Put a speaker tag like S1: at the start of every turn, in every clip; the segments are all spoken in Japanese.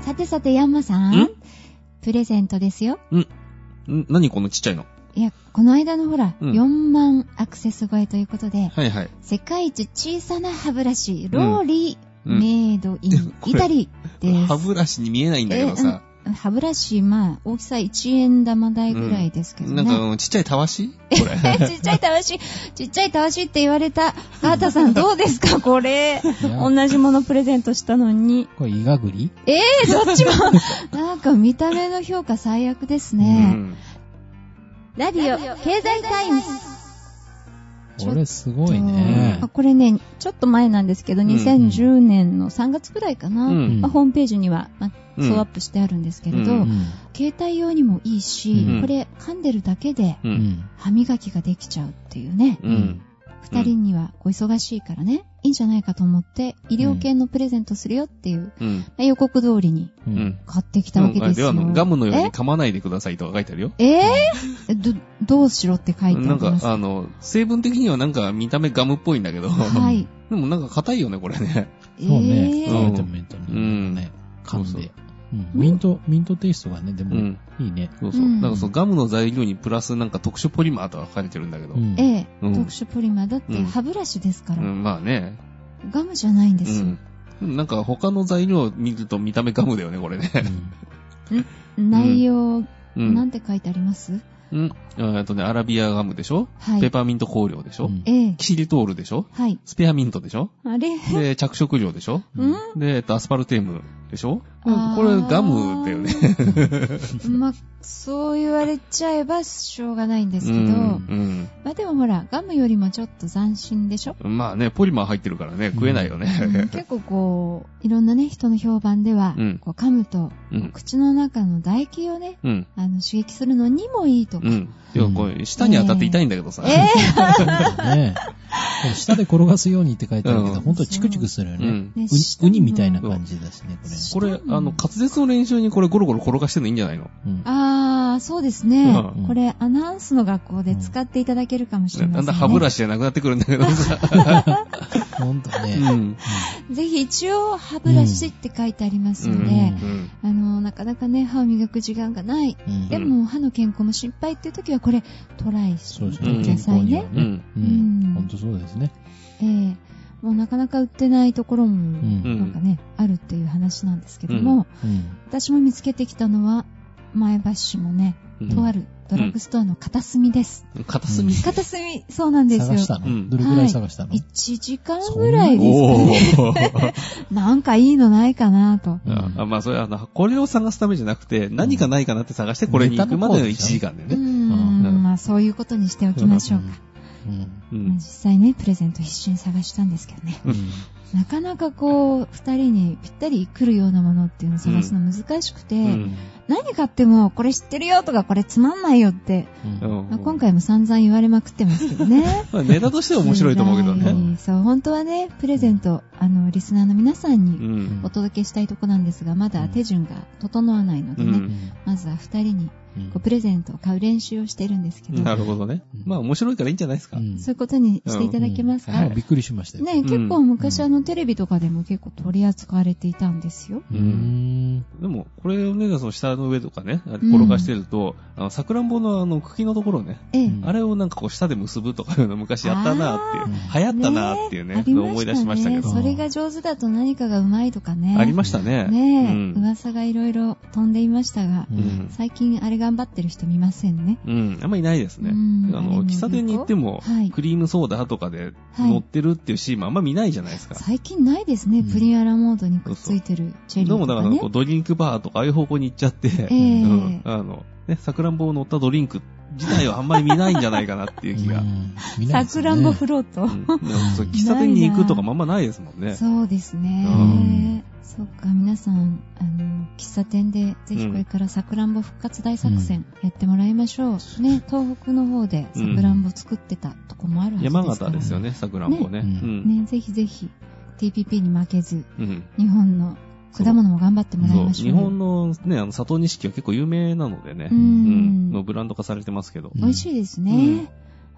S1: さてさて、ヤンマさん。
S2: ん
S1: プレゼントですよ。
S2: ん何このちっちゃいの
S1: いや、この間のほら、
S2: うん
S1: 4万アクセス超えということで、
S2: はいはい。
S1: 世界一小さな歯ブラシ、ローリー、
S2: うん、
S1: メイドイン
S2: これ
S1: イタリーです。
S2: 歯ブラシに見えないんだけどさ、
S1: 歯ブラシ、まあ、大きさ1円玉台ぐらいですけど
S2: な
S1: ね。
S2: んか、ちっちゃいたわしこれ。
S1: ちっちゃいたわし、ちっちゃいたわしって言われた。ガータさんどうですかこれ。同じものプレゼントしたのに。
S3: これ、イガグリ
S1: ええー、どっちも。なんか見た目の評価最悪です
S2: う
S1: ね。
S2: ん
S1: ラディオ、経済タイムズ。
S3: これすごいね
S1: あ。これね、ちょっと前なんですけど、
S2: ん
S1: 2010年の3月くらいかな。
S2: うん
S1: まあホームページには、まあ、
S2: うん
S1: そうアップしてあるんですけれど、
S2: う
S3: うん。
S1: 携帯用にもいいし、
S3: うん
S1: これ噛んでるだけで
S2: う。
S3: うんん。
S1: 歯磨きができちゃうっていうね。
S2: うん。
S1: 二人にはお忙しいからね、いいんじゃないかと思って、医療系のプレゼントするよっていう、
S2: うん。
S1: まあ予告通りに
S3: う。
S2: うんん。
S1: 買ってきたわけですよ。
S2: では、ガムのように噛まないでくださいとか書いてあるよ。
S1: ええーど、どうしろって書いてあり
S2: なんか
S1: ま、す。
S2: あの、成分的にはなんか見た目ガムっぽいんだけど、
S1: はい。
S2: でもなんか硬いよね、これね。
S1: え
S3: そうね。
S1: え
S3: 食
S2: うん
S3: べてもいいと思うね。噛ん
S2: そう
S3: で
S2: そ。
S3: うんミント、ミントテイストがね、で
S2: う
S3: も、
S2: ん。
S3: いいね。
S2: そうそう。
S1: うん
S2: なんかそう、ガムの材料にプラスなんか特殊ポリマーとか書かれてるんだけど。
S3: うん
S1: ええ
S2: うん
S1: 特殊ポリマーだっ
S2: う
S1: て
S2: ん
S1: 歯ブラシですか
S2: う
S1: ら、
S2: ん、まあね。
S1: ガムじゃないんで
S2: う
S1: すよ
S2: ん。。なんか他の材料を見ると見た目ガムだよね、これね。
S3: うん
S1: 内容、
S2: うん。
S1: なんて書いてあります、
S2: うん。えっとね、アラビアガムでしょ
S1: はい。
S2: ペーパーミント香料でしょ、
S3: うん
S1: ええ
S2: キシリトールでしょ
S1: はい。
S2: スペアミントでしょ
S1: あれ
S2: で、着色料でしょ
S1: うん
S2: で、えっと、アスパルテームでしょ
S1: あー
S2: これガムだよね。
S1: まあ、そう言われちゃえばしょうがないんですけど、
S2: うん。
S1: まあでもほら、ガムよりもちょっと斬新で しょ、
S2: うん。まあね、ポリマー入ってるからね、食えないよ
S1: うん
S2: ね。
S1: 結構こう、いろんなね、人の評判では、
S2: うん
S1: こう噛むと、
S2: うん。
S1: 口の中の唾液をね、
S2: うん。
S1: あの、刺激するのにもいいとか。
S2: うん。でもこれ、舌に当たって痛いんだけどさ。
S1: え
S3: そうだね。これ下で転がすようにって書いてあるけ
S2: うん
S3: ど、ほんとチクチクするよ
S2: う
S3: ね
S2: ん。
S1: ね
S3: ウニ
S1: 下の
S3: ウニみたいな感じだしね、これ。
S2: これ、あの、滑舌の練習にこれゴロゴロ転がしてんのいいんじゃないの
S3: うん
S1: あー、そうですね、
S3: うん
S1: これ、アナウンスの学校で使っていただけるかもしれません、ね。
S2: だんだん歯ブラシじゃなくなってくるんだけどさ。
S3: ほんと
S2: う
S3: ね。
S2: ん。
S1: ぜひ一応、歯ブラシって書いてあります
S2: う
S1: ので、
S2: ん。
S1: あの、なかなかね、歯を磨く時間がない。
S3: うん
S1: でも、歯の健康も心配っていう時は、これ、トライして
S3: そう
S1: み
S3: で
S1: て
S3: す
S2: うん
S3: ね、
S1: く
S3: 健
S1: だ
S3: 康
S1: さい
S3: に
S1: ね
S3: は。ね。
S1: う
S3: うん
S1: うん
S3: ん。ほんとそうですね。
S1: ええもうなかなか売ってないところ
S3: う。
S1: も、
S2: うんん
S1: なんかね、あるっていう話なんですけども、
S3: うん。
S1: 私も見つけてきたのは、前橋市のね、
S2: うん
S1: とあるドラッグストアの片隅です。
S2: 片隅。
S1: 片隅、そうなんですよ。
S3: 探した
S2: うん
S3: のどれぐらい探したの
S1: 1時間ぐらいですか
S2: お
S1: ね。
S2: ー。
S1: なんかいいのないかなと。
S2: あまあ、それ、あの、これを探すためじゃなくて、何かないかなって探して、これに行くまでの1時間で
S1: うー
S2: ね。うん
S1: ん、まあそういうことにしておきましょうか。
S3: うん。
S2: う
S1: まあ
S2: ん
S1: 実。際ね、プレゼント必死に探したんですけどね。
S3: うん
S1: なかなかこう、二人にぴったり来るようなものっていうのを探すの難しくて、
S2: うん
S1: 何買ってもこれ知ってるよとかこれつまんないよって、
S3: うん
S1: まあ、今回も散々言われまくってますけど ね。
S2: まあネタとしては面白いと思うけど
S1: 辛
S2: ね。
S1: いそう、本当はね、プレゼント、あの、リスナーの皆さん
S2: う
S1: に
S2: ん。
S1: お届けしたいとこなんですが、まだ手順が整わないのでね、
S2: うん
S1: まずは二人に
S3: うん
S1: こうプレゼントを買う練習をしてるんですけど、
S2: なるほどね。まあ、面白いからいいんじゃないですか。
S3: うん
S1: そういうことにしていただけますか、
S2: うんはい
S3: びっくりしましたよ。
S1: ね、結構昔、
S3: うん
S1: あの、テレビとかでも結構取り扱われていたんですよ。
S3: うーん。
S2: でも、これをね、その下の上とかね、転がしてると、あの、桜んぼのあの、茎のところね、
S1: ええ。
S3: うん
S2: あれをなんかこう、下で結ぶとかいうの昔やったなーっていう、流行ったなーっていうね
S1: あ、りましたね
S2: 思い出しましたけど。
S1: それが上手だと何かがうまいとかね。
S2: ありましたね。
S1: ねえ、
S2: うん
S1: 噂がいろいろ飛んでいましたが、
S3: う
S2: うんん。
S1: 最近あれ頑張ってる人見ませんね。
S2: うん、あんまりいないですね。
S1: うん
S2: あ
S1: あれ
S2: の、
S1: も
S2: 喫茶店に行っても
S1: はい、
S2: クリームソーダとかで
S1: はい
S2: 乗ってるっていうシーンもあんま見ないじゃないですか。
S1: 最近ないですね、
S3: うん
S1: プリンアラモードにくっついてるチェリ
S2: どう
S1: ーと
S2: もだ
S1: か
S2: から
S1: ね
S2: こう、。ドリンクバーとかああいう方向に行っちゃって、
S1: ええ
S2: うんあの、ね、桜んぼを乗ったドリンク自体はあんまり見ないんじゃないかなっていう気が。
S1: さくらんぼフ
S3: ル。
S1: ロート。
S2: うんでもそう喫茶店に行くとかもあんまないですもんね。
S1: そうですね。
S3: うん
S1: そうか、皆さん、あの、喫茶店で、ぜひこれからさくらんぼ復活大作戦やってもらいましょう。ね、東北の方でさくらんぼ作ってたとこもあるはずですから、
S2: 山形ですよね、桜んぼね。
S3: ね
S2: うん。
S1: ね、ぜひぜひ、TPP に負けず、
S2: うん。
S1: 日本の果物も頑張ってもらい
S2: そう、
S1: ましょう。
S2: 日本のね、あの、砂糖錦は結構有名なのでね、
S1: う
S2: うんんのブランド化されてますけど。
S1: 美味しいですね。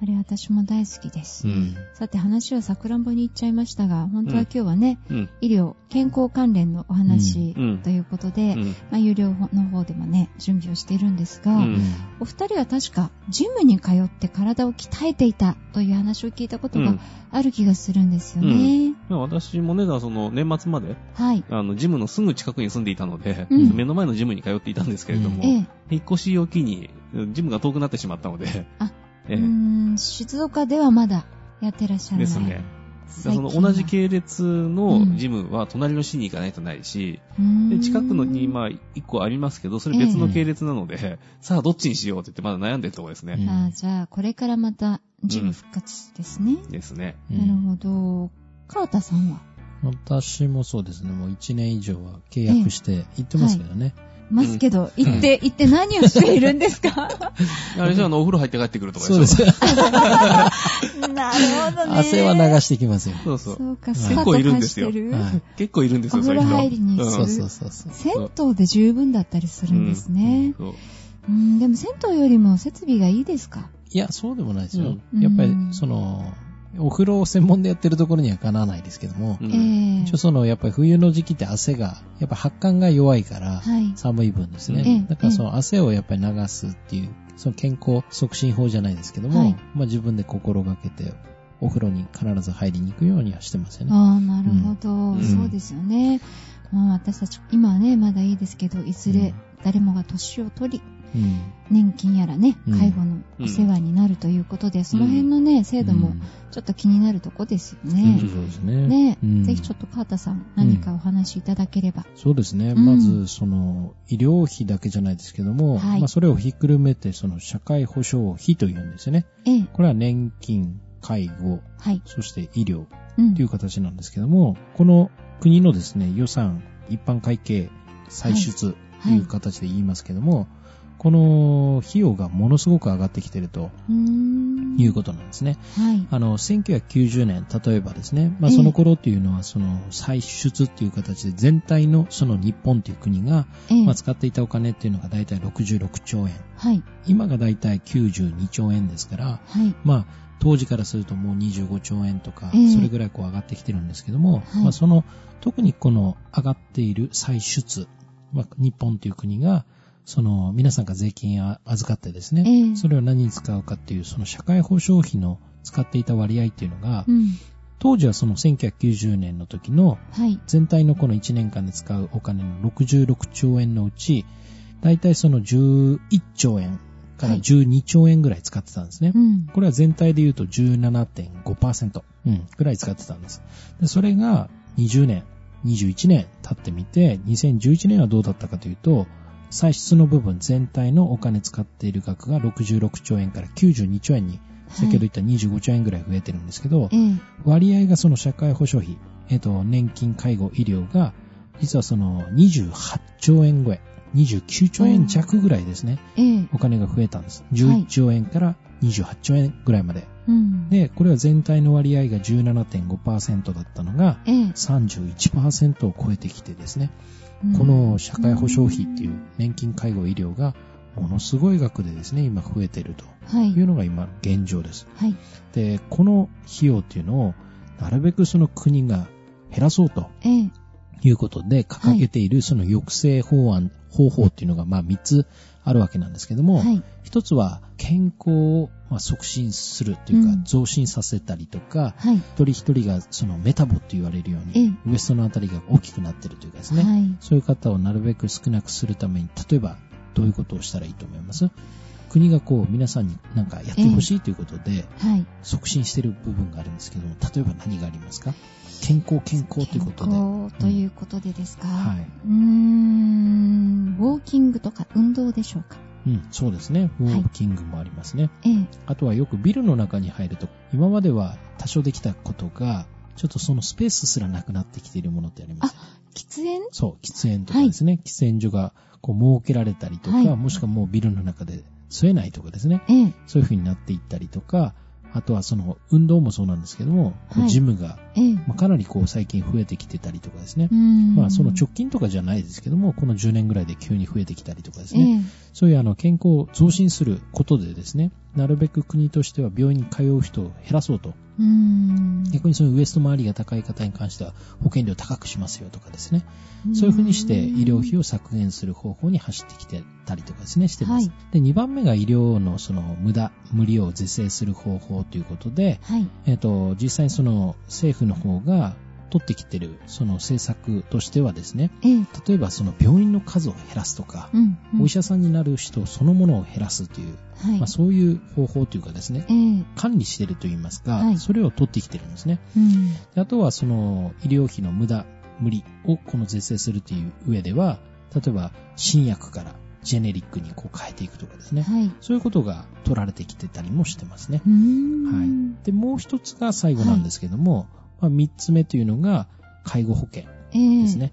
S1: あれ私も大好きです。
S2: うん。
S1: さて話はさくらんぼに行っちゃいましたが、本当は今日はね、
S2: うん。
S1: 医療、健康関連のお話
S2: うんうん
S1: ということで、
S2: うん。
S1: まあ、有料の方でもね、準備をしているんですが、
S2: うん
S1: お二人は確か、ジムに通って体を鍛えていたという話を聞いたこと
S2: うん
S1: がある気がするんですよね。
S2: まあ私もね、だからその年末まで、
S1: はい。
S2: あの、ジムのすぐ近くに住んでいたので、
S1: うん
S2: 目の前のジムに通っていたんですけれども、
S1: ええ。
S2: 引っ越しを機に、ジムが遠くなってしまったので、
S1: あ
S2: ええ
S1: うーん、静岡ではまだやってらっしゃらない。
S2: ですね。だから
S1: 最
S2: そ
S1: 近は
S2: の同じ系列
S1: うん
S2: のジムは隣の市に行かないとないし、
S1: うーん
S2: で近くのにまあ1個ありますけど、それ別の系列なので、さあどっちにしようって言ってまだ悩んでるところですね。
S1: あーじゃあ、これからまたジム復活ですね。
S2: ですね。
S3: うん
S1: なるほど。川田さんは、
S3: 私もそうですね、もう1年以上は契約して行ってますけどね。
S1: ますけど、行 って、行って何をしているん ですか
S2: あれじゃああのお風呂入って帰ってくるとか
S3: そうで。す。
S1: なるほどね。
S3: 汗は流してきますよ。
S2: そうそ
S1: そううか、ス
S3: 結
S1: カート
S2: 構いるん
S1: 貸
S2: で
S1: し
S2: す
S1: て
S2: よ
S1: る
S3: はい
S2: 結構いるんですよ、
S1: お風呂
S2: そういう人
S1: 入りにす
S3: そ
S1: る
S3: うそうそうそう。
S1: 銭湯で十分だったりするんですね。
S2: うんそう
S1: うん、でも銭湯よりも設備がいいですか
S3: いや、そうでもないですよ。
S1: うん
S3: やっぱり
S1: うん、
S3: その、お風呂を専門でやってるところにはかなわないですけども、
S2: うん
S1: ええ
S3: 一応その、やっぱり冬の時期って汗が、やっぱ発汗が弱いから、
S1: はい。
S3: 寒い分です
S2: え
S3: ね。
S1: え
S3: だからその汗をやっぱり流すっていう、その健康促進法じゃないですけども、
S1: はい
S3: まあ自分で心がけて、お風呂に必ず入りに行くようにはしてますよね。
S1: ああ、なるほど、
S2: ん
S1: そうですよね。まあ、私たち、今はね、まだいいですけど、いずれ誰もが年を取り、
S3: うん。
S1: 年金やらね、
S3: うん
S1: 介護のお世話になるということで、その辺のね、制度もちょっと気になるとこですよ
S3: うん、
S1: ね。
S3: そうですね。
S1: ね、
S3: うん
S1: ぜひちょっと川田さん、何かお話しいただければ。
S3: そうですね。
S1: うん
S3: まず、その、医療費だけじゃないですけども、
S1: はい
S3: まあそれをひっくるめて、その、社会保障費というんですよね。
S1: ええ、
S3: これは年金、介護、
S1: はい。
S3: そして医療
S1: うん
S3: という形なんですけども、この国のですね、予算、一般会計、歳出と
S1: はい
S3: いう形で言いますけども、この費用がものすごく上がってきていると
S1: うーん
S3: いうことなんですね。
S1: はい。
S3: あの、1990年、例えばですね、まあ
S1: ええ
S3: その頃っていうのは、その、歳出っていう形で全体のその日本という国が、
S1: ええ
S3: まあ、使っていたお金っていうのが大体66兆円。
S1: はい。
S3: 今が大体92兆円ですから、
S1: はい。
S3: まあ、当時からするともう25兆円とか、
S1: ええ
S3: それぐらいこう上がってきてるんですけども、
S1: はい
S3: まあ、その、特にこの上がっている歳出、まあ、日本という国が、その、皆さんが税金を預かってですね、
S1: ええ
S3: それを何に使うかっていう、その社会保障費の使っていた割合っていうのが、
S1: うん。
S3: 当時はその1990年の時の
S1: はい。
S3: 全体のこの1年間で使うお金の66兆円のうち、大体その11兆円から
S1: はい
S3: 12兆円ぐらい使ってたんですね。
S1: うん。
S3: これは全体で言うと17.5%、うん、ぐらい使ってたんです。でそれが20年、21年経ってみて、2011年はどうだったかというと、歳出の部分全体のお金使っている額が66兆円から92兆円に、先ほど言った25兆円ぐらい増えてるんですけど、
S1: ええ。
S3: 割合がその社会保障費、えっと、年金、介護、医療が、実はその28兆円超え、29兆円弱ぐらいですね、
S1: ええ。
S3: お金が増えたんです。
S1: はい
S3: 11兆円から28兆円ぐらいまで。
S1: うん。
S3: で、これは全体の割合が17.5%だったのが、
S1: ええ。
S3: 31%を超えてきてですね、
S1: うん
S3: こ、の社会保障費っていう年金、介護、医療が、ものすごい額でですね、今増えてると
S1: はいい。
S3: うのが今現状です。
S1: はい。
S3: で、この費用っていうのを、なるべくその国が減らそうと
S1: ええ。
S3: いうことで掲げているその抑制法案、方法っていうのが、まあ3つあるわけなんですけども、
S1: はい。
S3: 一つは健康をまあ促進するというか
S1: うん、
S3: 増進させたりとか、
S1: はい。
S3: 一人一人がそのメタボって言われるように、ウエストのあたりが大きくなってるというかですね、
S1: はい。
S3: そういう方をなるべく少なくするために、例えばどういうことをしたらいいと思います国がこう皆さんになんかやってほしいということで、
S1: はい。
S3: 促進してる部分があるんですけども、例えば何がありますか健康健康ということで。
S1: 健康ということでですか。
S3: はいう
S1: ーん。ウォーキングとか運動でしょうか。
S3: うん、そうですね。ウ
S1: い
S3: ォーキングもありますね。
S1: ええ。
S3: あとはよくビルの中に入ると、今までは多少できたことが、ちょっとそのスペースすらなくなってきているものってありますよね。
S1: 喫煙
S3: そう、喫煙とかですね。喫煙所がこう設けられたりとか、
S1: はい
S3: もしくはもうビルの中で吸えないとかですね。
S1: ええ。
S3: そういう風になっていったりとか、あとはその運動もそうなんですけども、こう
S1: はい
S3: ジムが
S1: ええ
S3: まあ、かなりこう最近増えてきてたりとかですね
S1: う。ん
S3: まあ、その直近とかじゃないですけども、この10年ぐらいで急に増えてきたりとかです
S1: え
S3: ね。
S1: え
S3: そういうあの健康を増進することでですね、なるべく国としては病院に通う人を減らそうと。
S1: うん
S3: 逆にそういうウエスト周りが高い方に関しては保険料高くしますよとかですね。そういうふうにして医療費を削減する方法に走ってきてたりとかですね、してます。
S1: は
S3: で、2番目が医療のその無駄、無理を是正する方法ということで、
S1: はい。
S3: えっ、と、実際にその政府の方が取ってきてるその政策としてはですね、
S1: ええ。
S3: 例えばその病院の数を減らすとか、
S1: うん。うん
S3: お医者さんになる人そのものを減らすという、
S1: はい
S3: まあ、。そういう方法というかですね、
S1: ええ。
S3: 管理してると言いますか、
S1: はい
S3: それを取ってきてるんですね。
S1: うん。
S3: であとはその医療費の無駄、無理をこの是正するという上では、例えば新薬からジェネリックにこう変えていくとかですね、
S1: はい。
S3: そういうことが取られてきてたりもしてますね
S1: う。ん。
S3: で、もう一つが最後なんですけども、まあ、三つ目というのが介護保険
S1: ええ。
S3: です。ね。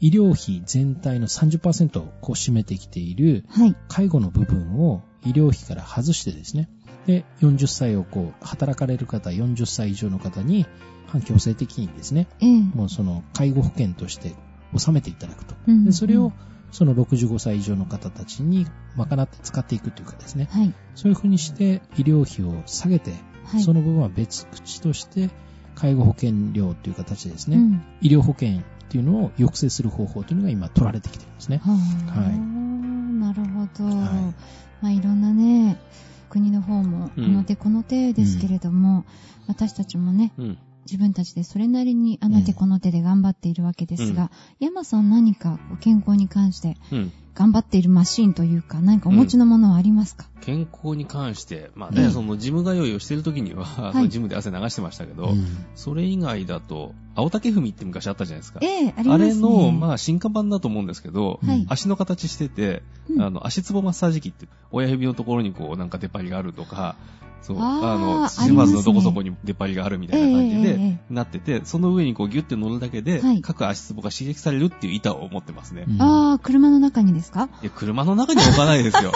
S3: 医療費全体の30%をこう占めてきている
S1: はい。
S3: 介護の部分を医療費から外してですね、で、40歳をこう、働かれる方、40歳以上の方に、半強制的にですね、
S1: ええ。
S3: もうその、介護保険として納めていただくと。
S1: うん
S3: で、それを、その65歳以上の方たちに賄って使っていくというかですね、
S1: はい。
S3: そういうふうにして医療費を下げて、
S1: はい。
S3: その部分は別口として、介護保険料という形でですね、
S1: うん。
S3: 医療保険っていうのを抑制する方法というのが今取られてきてるんですね。
S1: は
S3: はい
S1: い。なるほど。
S3: はい
S1: まあ、いろんなね、国の方も、
S2: うん
S1: この手この手ですけれども、私たちもね、
S2: うん。
S1: 自分たちでそれなりにあの手この手で頑張っているわけですが、山さん何かこう健康に関して
S2: うん。
S1: 頑張っているマシンというか、何かお持ちのものはありますか、
S2: 健康に関して、まあね、
S3: うん
S2: そのジム通いをしてる時には、あのジムで汗流してましたけど、
S3: うん
S2: それ以外だと、青竹踏みって昔あったじゃないですか。
S1: ええあり
S2: あ
S1: ますね。
S2: れの、まあ、進化版だと思うんですけど、
S1: はい
S2: 足の形してて、
S1: うん
S2: あの、足つぼマッサージ機って、親指のところにこう、なんか出っ張りがあるとか、そう、
S1: あー
S2: あ
S1: ありますね
S2: の、土まずのどこそこに出っ張りがあるみたいな感じ
S1: ええええ
S2: で
S1: え、
S2: なってて、その上にこう、ギュッて乗るだけで
S1: はい、
S2: 各足つぼが刺激されるっていう板を持ってますね。
S3: うん
S1: ああ、車の中にですか
S2: いや、車の中には置かないで すよ。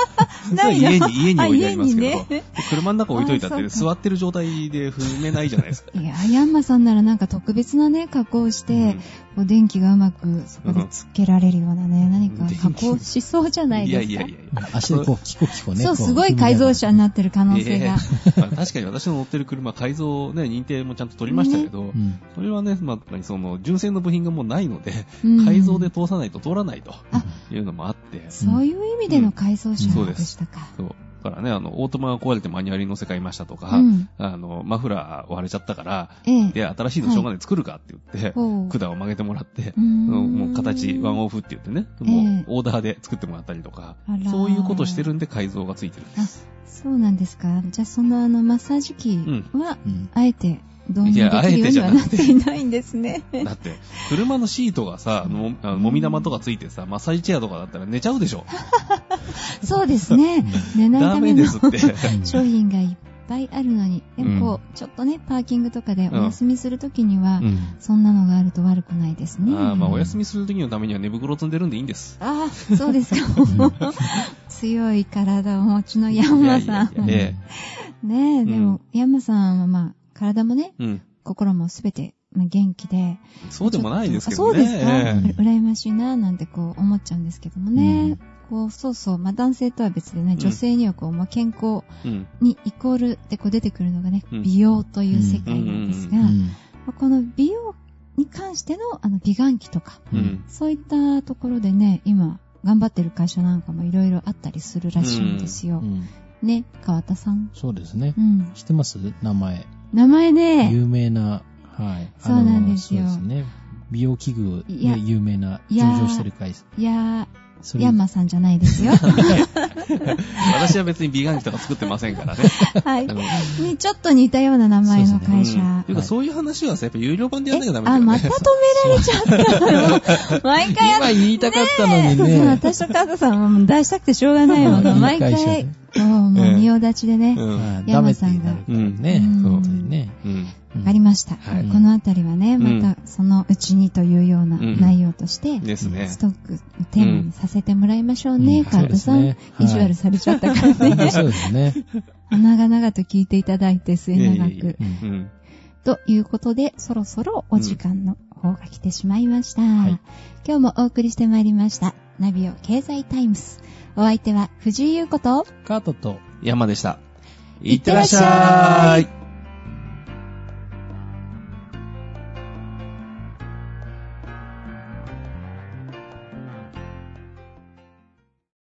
S2: それは
S1: ないの
S2: 家に、家に置いてありますけど、
S1: あ家にね
S2: 車の中置いといたっ
S1: あ
S2: て、
S1: そう
S2: 座ってる状態で踏めないじゃないですか。
S1: いや、ヤンマさんならなんか特別なね、加工をして、
S2: うん
S1: こう電気がうまくそこでつけられるようなね、何か加工しそうじゃない
S2: い
S1: で
S2: や
S1: すか。
S2: いやいやいや。
S3: 足でこう、キコキコね。
S1: そう、
S3: こ
S1: すごい改造車になってる可能性
S2: ええ
S1: が。
S2: まあ確かに私の乗ってる車、改造、ね、認定もちゃんと取りましたけど、
S3: うん
S2: それはね、まあ、その、純正の部品がもうないので、
S1: うん
S2: 改造で通さないと通らないと
S1: あ
S2: いうのもあって、
S1: そういう意味での改造車
S2: うん
S1: でしたか。
S2: そう。だからね、あの、オートマが壊れてマニュアルに乗せ替えましたとか、
S1: うん
S2: あの、マフラー割れちゃったから、
S1: ええ。
S2: で、新しいのしょうがない作るかって言って、
S1: ほう
S2: 管を曲げてもらって、
S1: うーん
S2: もう形、ワンオフって言ってね、
S1: ええ
S2: もうオーダーで作ってもらったりとか
S1: あら、ー
S2: そういうことしてるんで改造がついてる んで
S1: あ
S2: す。、
S1: そうなんですか。じゃあ、そのあの、マッサージ機は、
S3: うん
S1: あえて導入できるようにはなっていないんですね。
S2: だって、車のシートがさ、もあのもみ玉とかついてさ、マッサージチェアとかだったら寝ちゃうでしょ。
S1: そうですね。寝ないた
S2: ダ
S1: め
S2: メで
S1: の
S2: すって。
S1: 商品がいっぱいあるのに、でもこう、ちょっとね、パーキングとかでお休みするときには、
S3: うん
S1: そんなのがあると悪くないですね。
S2: ああまあお休みする時のためには寝袋積んでるんでいいんです。
S1: ああ、そうです か。強い体をお持ちのヤンマさん。
S2: いやいやいやえ
S1: ねえ、
S2: ん
S1: でも、ヤンマさんはまあ、体もね、
S2: え。うん。
S1: 心もすべて、まあ、元気で。
S2: そうでもないですけ
S1: あ
S2: ど
S1: そう
S2: ね。
S1: ですか、
S2: ええ
S1: うら羨ましいな、なんてこう思っちゃうんですけどもね。こう、そうそう、まあ男性とは別でね、
S2: ん
S1: 女性にはこう、まあ健康
S2: うん。
S1: にイコールでこう出てくるのがね、
S2: うん
S1: 美容という世界なんですが、
S3: う
S1: ま
S3: ん
S1: あこの美容に関しての、あの、美顔器とか、
S2: うん。
S1: そういったところでね、今、頑張ってる会社なんかもいろいろあったりするらしいんですよ。
S3: うん
S1: ね、川田さん。
S3: そうですね
S1: う。ん。
S3: 知ってます名前。
S1: 名前ね、
S3: 有名な、はい。
S1: そうなんですよ
S3: あのそうですね。美容器具で
S1: いや
S3: 有名ない上
S1: や
S3: 場してる会社。
S1: いや
S3: そ
S1: ー、
S3: れ
S1: ヤンマさんじゃない ですよ。
S2: 私は別に美顔器とか作ってませんからね。
S1: はい
S2: あ。の
S1: にちょっと似たような名前の
S2: うん
S1: 会社。
S2: ていうかそういう話はさ、やっぱ有料版でやんなきゃダメだ
S1: あ、
S2: よ
S1: ま
S2: ね
S1: た。止められちゃったの。毎回や
S3: 今言いたかったの に
S1: そうそう、
S3: ね。
S1: 私とカズさんはもう出したくてしょうがないもの。
S3: うん
S1: 毎
S3: いい会社
S1: 回
S3: ね、
S1: もう、もう、仁王立ちでね、
S2: うん
S3: はいダ
S1: 山
S3: メって
S1: さ
S3: 言
S1: ん
S3: い
S1: が
S3: なるからね。
S1: うん
S3: 本当にね。
S2: うん。
S1: ありました。
S2: はい
S1: このあたりはね、
S2: うん
S1: またそのうちにというような
S2: うん
S1: 内容として、
S2: ですね
S1: ス。トックのテーマにさせてもらいましょうね、
S3: うん
S1: カズさん、
S3: そうですねはい
S1: 意地悪されちゃった からね。
S3: そうですね。
S1: 長々と聞いていただいて末
S2: いやいや
S1: 永
S2: いや
S1: く。
S2: うん。
S1: ということで、そろそろお時間の方が来てしまいました。
S3: い
S1: 今日もお送りしてまいりました。ナビオ経済タイムス。お相手は藤井優子と、
S3: カートと
S2: 山でした。
S1: いってらっしゃ
S2: いってらっしゃい